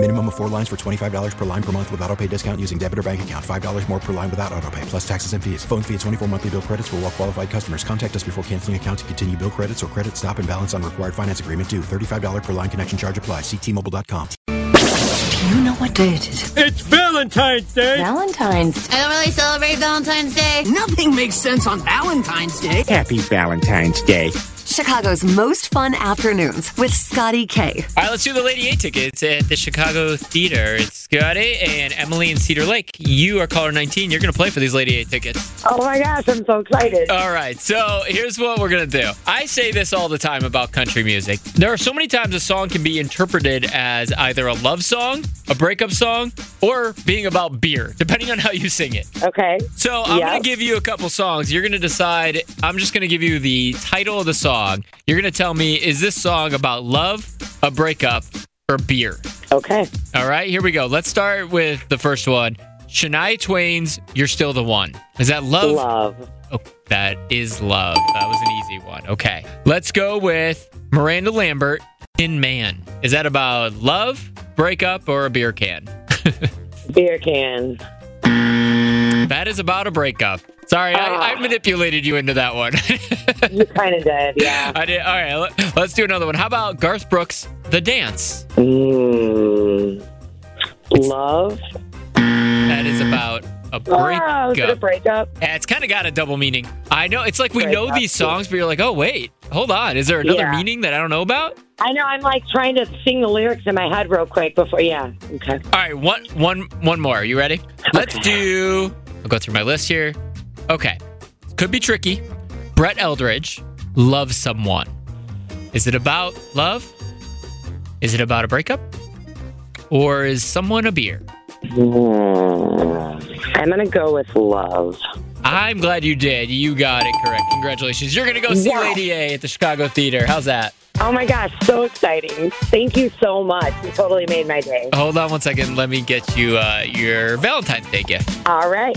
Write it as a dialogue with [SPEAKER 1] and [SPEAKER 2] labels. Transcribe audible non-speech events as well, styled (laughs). [SPEAKER 1] Minimum of four lines for $25 per line per month with auto pay discount using debit or bank account. $5 more per line without auto pay, plus taxes and fees. Phone fee at 24 monthly bill credits for all well qualified customers. Contact us before canceling account to continue bill credits or credit stop and balance on required finance agreement due. $35 per line connection charge apply. Ctmobile.com.
[SPEAKER 2] Do you know what day it is?
[SPEAKER 3] It's Valentine's Day!
[SPEAKER 2] Valentine's.
[SPEAKER 4] I don't really celebrate Valentine's Day.
[SPEAKER 5] Nothing makes sense on Valentine's Day.
[SPEAKER 6] Happy Valentine's Day.
[SPEAKER 2] Chicago's most fun afternoons with Scotty K.
[SPEAKER 7] All right, let's do the Lady A tickets at the Chicago Theater. It's Scotty and Emily in Cedar Lake. You are caller 19. You're going to play for these Lady A tickets.
[SPEAKER 8] Oh my gosh, I'm so excited.
[SPEAKER 7] All right, so here's what we're going to do. I say this all the time about country music. There are so many times a song can be interpreted as either a love song, a breakup song, or being about beer, depending on how you sing it.
[SPEAKER 8] Okay.
[SPEAKER 7] So I'm
[SPEAKER 8] Yep.
[SPEAKER 7] going to give you a couple songs. You're going to decide. I'm just going to give you the title of the song. You're going to tell me is this song about love, a breakup, or beer?
[SPEAKER 8] Okay.
[SPEAKER 7] All right, here we go. Let's start with the first one. Shania Twain's "You're Still the One." Is that love?
[SPEAKER 8] Love.
[SPEAKER 7] Oh, that is love. That was an easy one. Okay, let's go with Miranda Lambert. Tin Man. Is that about love, breakup, or a beer can? (laughs)
[SPEAKER 8] Beer can.
[SPEAKER 7] That is about a breakup. Sorry, I, I manipulated you into that one.
[SPEAKER 8] Oh.
[SPEAKER 7] (laughs)
[SPEAKER 8] You kind of did, yeah.
[SPEAKER 7] I did. All right, let- let's do another one. How about Garth Brooks, The Dance?
[SPEAKER 8] Mm. Love.
[SPEAKER 7] That is about a
[SPEAKER 8] Oh, is it a
[SPEAKER 7] breakup.
[SPEAKER 8] breakup?
[SPEAKER 7] Yeah, it's kind of got a double meaning. I know. It's like we know
[SPEAKER 8] Breakup,
[SPEAKER 7] these songs, but you're like, oh, wait, hold on. Is there another
[SPEAKER 8] Yeah.
[SPEAKER 7] meaning that I don't know about?
[SPEAKER 8] I know. I'm like trying to sing the lyrics in my head real quick before. Yeah. Okay.
[SPEAKER 7] All right, one, one, one more. Are you ready? Let's do. I'll go through my list here. Okay, could be tricky. Brett Eldridge, love someone. Is it about love? Is it about a breakup? Or is someone a beer?
[SPEAKER 8] Mm. Hmm. I'm gonna go with love.
[SPEAKER 7] I'm glad you did. You got it correct. Congratulations. You're gonna go see
[SPEAKER 8] Yes.
[SPEAKER 7] Lady A at the Chicago Theater. How's that?
[SPEAKER 8] Oh my gosh, so exciting! Thank you so much. You totally made my day.
[SPEAKER 7] Hold on one second. Let me get you uh, your Valentine's Day gift.
[SPEAKER 8] All right.